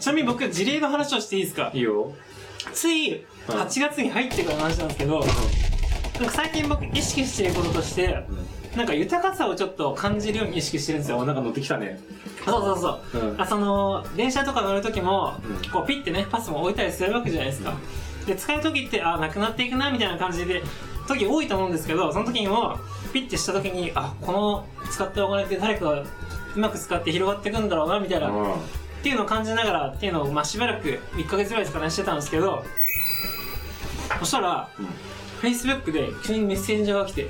ちなみに僕、事例の話をしていいですかいいよ。つい、はい8月に入ってからの話なんですけど、なんか最近僕意識していることとして、なんか豊かさをちょっと感じるように意識してるんですあ、よ。なんか乗ってきたね。そうそうそう。うん。あその電車とか乗る時も、うんこうピッてねパスも置いたりするわけじゃないですか、で使う時ってあなくなっていくなみたいな感じで時多いと思うんですけどその時にもピッてした時にあこの使ったお金って誰かがうまく使って広がっていくんだろうなみたいな、っうんていうのを感じながらっていうのを、まあ、しばらく1ヶ月ぐらいですかねしてたんですけどそしたら Facebook で急にメッセンジャーが来て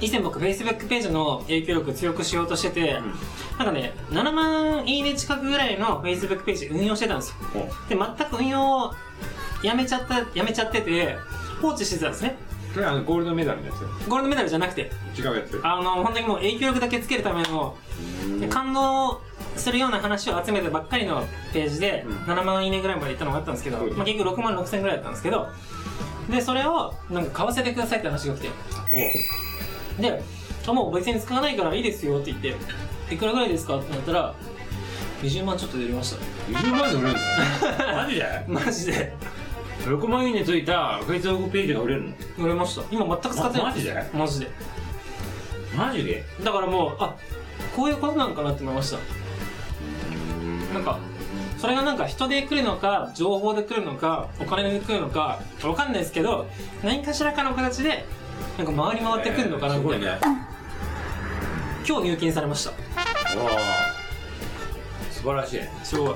以前僕 Facebook ページの影響力を強くしようとしてて、なんかね、7万いいね近くぐらいの Facebook ページ運用してたんですよ。で、全く運用をやめちゃった、やめちゃってて、放置してたんですね。それあのゴールドメダルのやゴールドメダルじゃなくて、つ違うやつあの、本当にもう影響力だけつけるための、感動するような話を集めてばっかりのページで、うん7万いいねぐらいまでいったのがあったんですけど、うんまあ、結局6万6千ぐらいだったんですけど、で、それを、なんか買わせてくださいって話が来て、で、あもう別に使わないからいいですよって言って、いくらぐらいですかってなったら、20万ちょっとで売りました。お20万で売れるのマジでマジで6万いいねついたフェイスブックページが売れるの売れました今全く使ってないまマジでマジでマジでだからもうあこういうことなのかなって思いましたなんかそれがなんか人で来るのか情報で来るのかお金で来るのかわかんないですけど何かしらかの形でなんか回り回ってくるのかなすみごたいいねな、今日入金されましたわあ素晴らしいすごい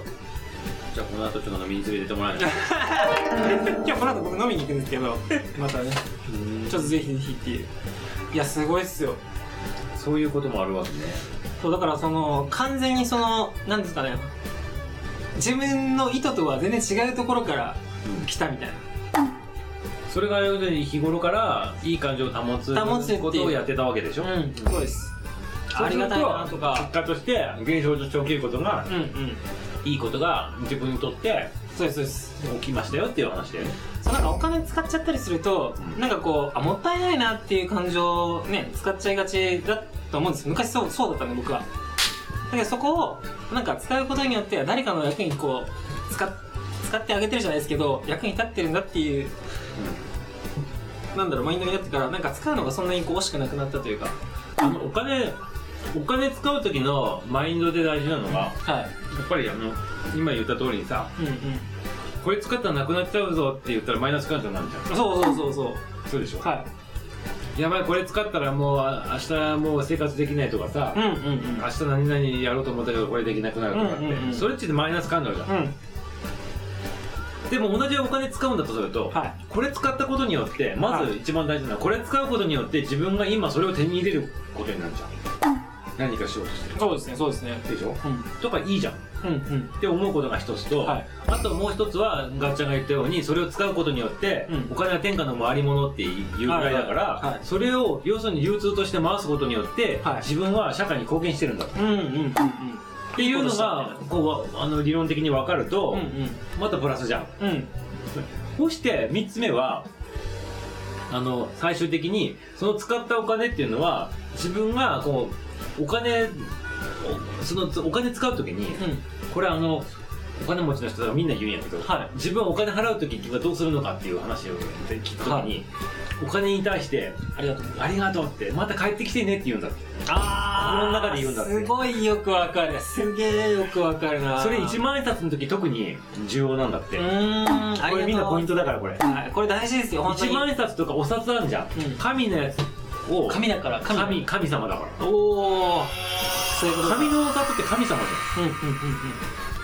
じゃあこの後ちょっと飲みに連れてってもらえない 今日この後僕飲みに行くんですけど またねちょっとぜひぜひっていういやすごいっすよそういうこともあるわけねそうだからその完全にその何ですかね自分の意図とは全然違うところから来たみたいそれが要するに日頃からいい感情を保つ保つっていうことをやってたわけでしょ、なうんそうですありがたいなとか結果として現象として起きることがうんうんいいことが自分にとってそうですそうです起きましたよっていう話だよねそうなんかお金使っちゃったりすると、うんなんかこうあもったいないなっていう感情をね使っちゃいがちだと思うんです昔そうそうだったんで僕はだけどそこをなんか使うことによっては誰かの役にこう使っ使ってあげてるじゃないですけど役に立ってるんだっていうなんだろうマインドになってからなんか使うのがそんなにこう惜しくなくなったというかあのお金お金使う時のマインドで大事なのがやはいっぱりあの今言った通りにさうんうんこれ使ったらなくなっちゃうぞって言ったらマイナス感情になるじゃんそうそうそうそうそうでしょ、はやばいこれ使ったらもうあ明日もう生活できないとかさ、いうんうんうん明日何々やろうと思ったけどこれできなくなるとかって、うんうんうんそれってマイナス感情じゃん、うんでも同じお金使うんだとすると、はいこれ使ったことによってまずはい一番大事なのはこれ使うことによって自分が今それを手に入れることになるじゃん何かしようとしてそうですねそうですねるでしょうんとかいいじゃんっうんうんて思うことが一つと、はいあともう一つはガッチャンが言ったようにそれを使うことによって、うんお金は天下の回り物っていうぐらいだはから、いはいはいそれを要するに流通として回すことによって、はい自分は社会に貢献してるんだっうんうんうんうんていうのがこうあの理論的に分かると、うんまたプラスじゃんうんうんそして3つ目はあの最終的にその使ったお金っていうのは自分がこうお金おそのつお金使う時にこれあのお金持ちの人がみんな言うんやけど、はい自分はお金払う時はどうするのかっていう話を聞く時に、はいお金に対してありがとう「ありがとう」って「また帰ってきてね」って言うんだってあ心の中で言うんだってすごいよくわかるすげえよくわかるなそれ1万円札の時特に重要なんだって、うーんあこりれみんがなとうポイントだからこれはいこれ大事ですよ本当一に万円札とかお札あんじゃん、うん神のやつを神だから神神神様だからおおそういうこと神だのお札って神様じうんうんうんうん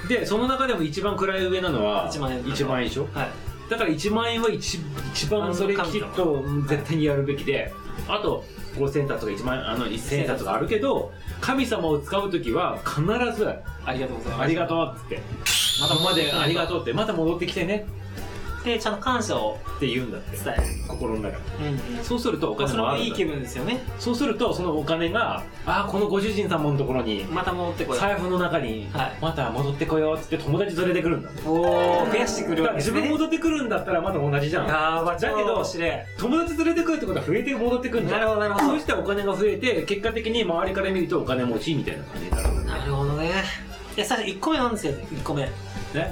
ゃんでその中でも一番位上なのは一万円一万円でしょはいだから1万円は一一あの番それき神っ様と絶対にやるべきであと5000冊とか1万あの1000円札があるけど神様を使う時は必ずありがとうござい「ますありがとう」っつって「またここまでありがとう」って「また戻ってきてねでちゃんと感謝を」って言うんだって伝える心の中でうんうんそうするとおまあ金それもあもるんだいい気分ですよねそうするとそのお金がああこのご主人様のところにまた戻ってこい財布の中にはいまた戻ってこようっつって友達連れてくるんだだおお増やしてくるかわらけで自すね分戻ってくるんだったらまだ同じじゃんあーまあだけどそうかもしれ友達連れてくるってことは増えて戻ってくるんんじゃなんるほどなるほそうどしたらお金が増えて結果的に周りから見るとお金持ちみたいな感じになるなるほどねいや最初1個目なんですよ1個目ね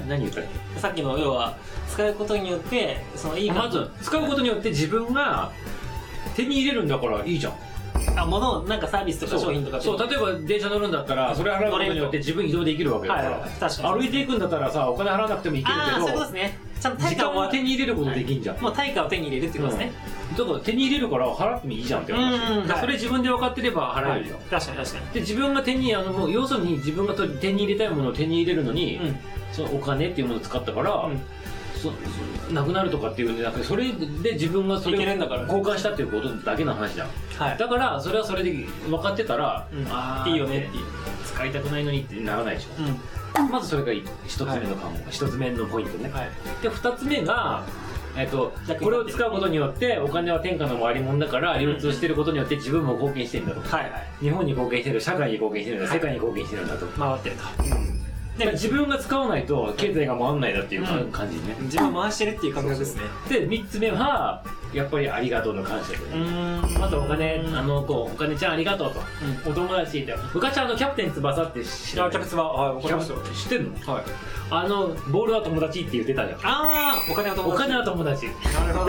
何言ったっけさっきの要は使うことによってそのいいまず使うことによって自分が手に入れるんだからいいじゃんあ物をなんかサービスとか商品とかってそう例えば電車乗るんだったらそれ払うことによって自分移動できるわけだから、はいはいはい確かに歩いていくんだったらさお金払わなくても行けるああそういうこけどとですねちゃんと時対価間をは手に入れることできんじゃん、もう対価を手に入れるっていうことですね、だから手に入れるから払ってもいいじゃんって話、うんうんだからそれ自分で分かってれば払えるよ、確かに確かで自分が手にあのもう要するに自分がと手に入れたいものを手に入れるのに、にうんそのお金っていうものを使ったから、うんそそなくなるとかっていうんじゃなくてそれで自分がそれをいけるんだから交換したっていうことだけの話じゃんはいだからそれはそれで分かってたら、うんああいいよねっていう使いたくないのにってならないでしょ、まずそれが一つ目の項目、一つ目のポイントうね、んはいで二つ目が、えっと弱になってるこれを使うことによってお金は天下の回り物だから流通してることによって自分も貢献してるんだとはいはい日本に貢献してる社会に貢献してるんだ世界に貢献してるんだと、回ってるとで自分が使わないと経済が回んないだっていうかうん感じね、自分を回してるっていう感覚ですねで3つ目はやっぱりありがとうの感謝だよねんまずお金、うんあのこうお金ちゃんありがとうと、お友達いて昔あのキャプテン翼って知らないツバはいわキャプ知ってんのはいあのボールは友達って言ってたじゃんああお金はお友達金は友 達なるほ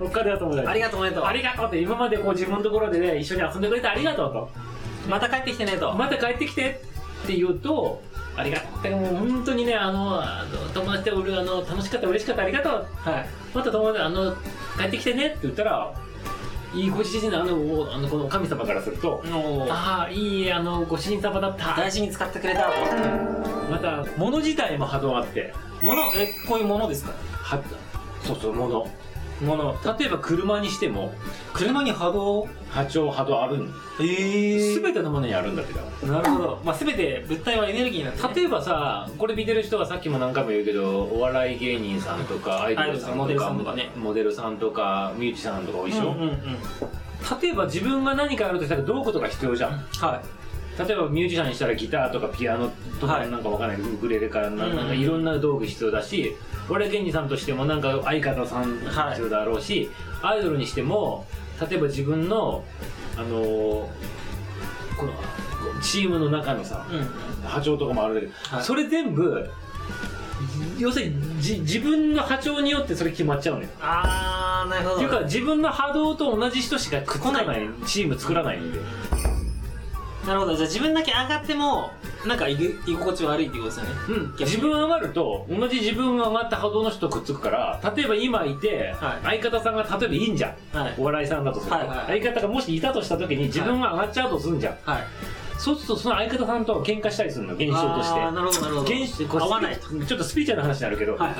どお金は友 達ありがとうねとありがとうって今までこう自分のところでね一緒に遊んでくれてありがとうとまた帰ってきてねとまた帰ってきてって言うとありがとうでももう本当にねあのあの友達で俺あの楽しかった嬉しかったありがとうはいまた友達あの帰ってきてねって言ったらいいご主人のあのおあのこの神様からすると、おーああいいあのご主人様だった大事に使ってくれたとまた物自体も波動あって物えこういうものですかはそうそう物物例えば車にしても車に波動波長波動あるのえ全てのものにあるんだけどなるほどまあ全て物体はエネルギーなんでね例えばさこれ見てる人はさっきも何回も言うけどお笑い芸人さんとかアイドルさんアイドルとさかんモデルさんとかねモデルさんとかミュージシャンとか多いでしょ、うんうんうん例えば自分が何かやるとしたら道具とか必要じゃんは例えばミュージシャンにしたらギターとかピアノとかはいなんかわかんない、ウクレレからなうんうんなんかいろんな道具必要だし俺芸人さんとしてもなんか相方さん必要だろうし、アイドルにしても例えば自分のあのーこのチームの中のさいうん波長とかもあるんだけど、はいそれ全部要するにじ自分の波長によってそれ決まっちゃうのよああなるほどっていうか自分の波動と同じ人しかくっつかないチーム作らないんでなるほどじゃあ自分だけ上がってもなんか居居心地悪いってことですよねうん、自分上がると同じ自分が上がった波動の人とくっつくから例えば今いて、は相方さんが例えばいいんじゃんはいお笑いさんだとすると、はいはい相方がもしいたとした時に自分が上がっちゃうとするんじゃん、はいそうするとその相方さんと喧嘩したりするの現象としてあーなるほどなるほど現象こう合わないとちょっとスピーチャーの話になるけど、はいはい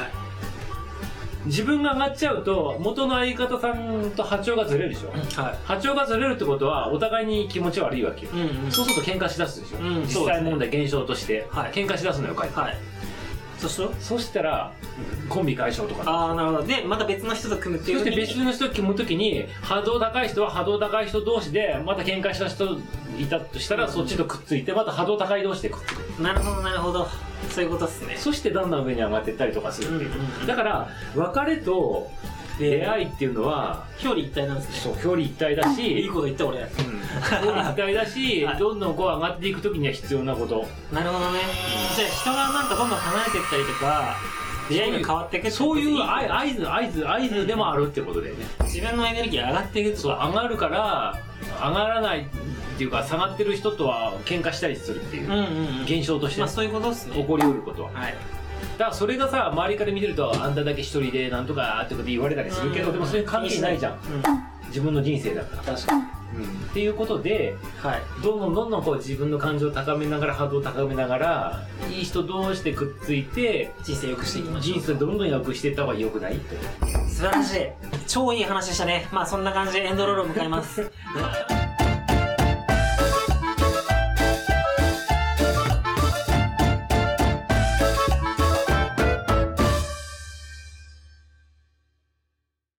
自分が上がっちゃうと元の相方さんと波長がずれるでしょ、は波長がずれるってことはお互いに気持ち悪いわけよ、いうんうんそうすると喧嘩しだすでしょ、うん実際問題現象として、はい喧嘩しだすのよかいはいそしてそしたらコンビ解消とかなああなるほどでまた別の人と組むってそいうして時に別の人と組む時に波動高い人は波動高い人同士でまた喧嘩した人いたとしたらそっちとくっついてまた波動高い同士でくっつくなるほどなるほどそういうことっすねそしてだんだん上に上がっていったりとかするっていううんうんうんだから別れと出会いっていうのは表裏一体なんですねそう表裏一体だいいしこと言った俺表裏一体だしはいどんどんこう上がっていく時には必要なことなるほどねじゃあ人がなんかどんどん離れてったりとか出会いが変わっていくってことそうでいう合合図合図合図でもあるってことだよね自分のエネルギー上がっていくとそうか上がるから上がらないっていうか下がってる人とは喧嘩したりするっていううんううんうん現象としてまあそういうことっす起ねこりうることはだかはいらそれがさ周りから見てるとあんただけ一人でなんとかってこと言われたりするけどでもそれ関係ないじゃんうん自分の人生だから確かにっていうことではいどんどんどんどんこう自分の感情を高めながら波動を高めながらいい人同士でくっついて人生良くしていきましょう人生どんどん良くしていった方が良くないって 素晴らしい超いい話でしたねまあそんな感じでエンドロールを迎えます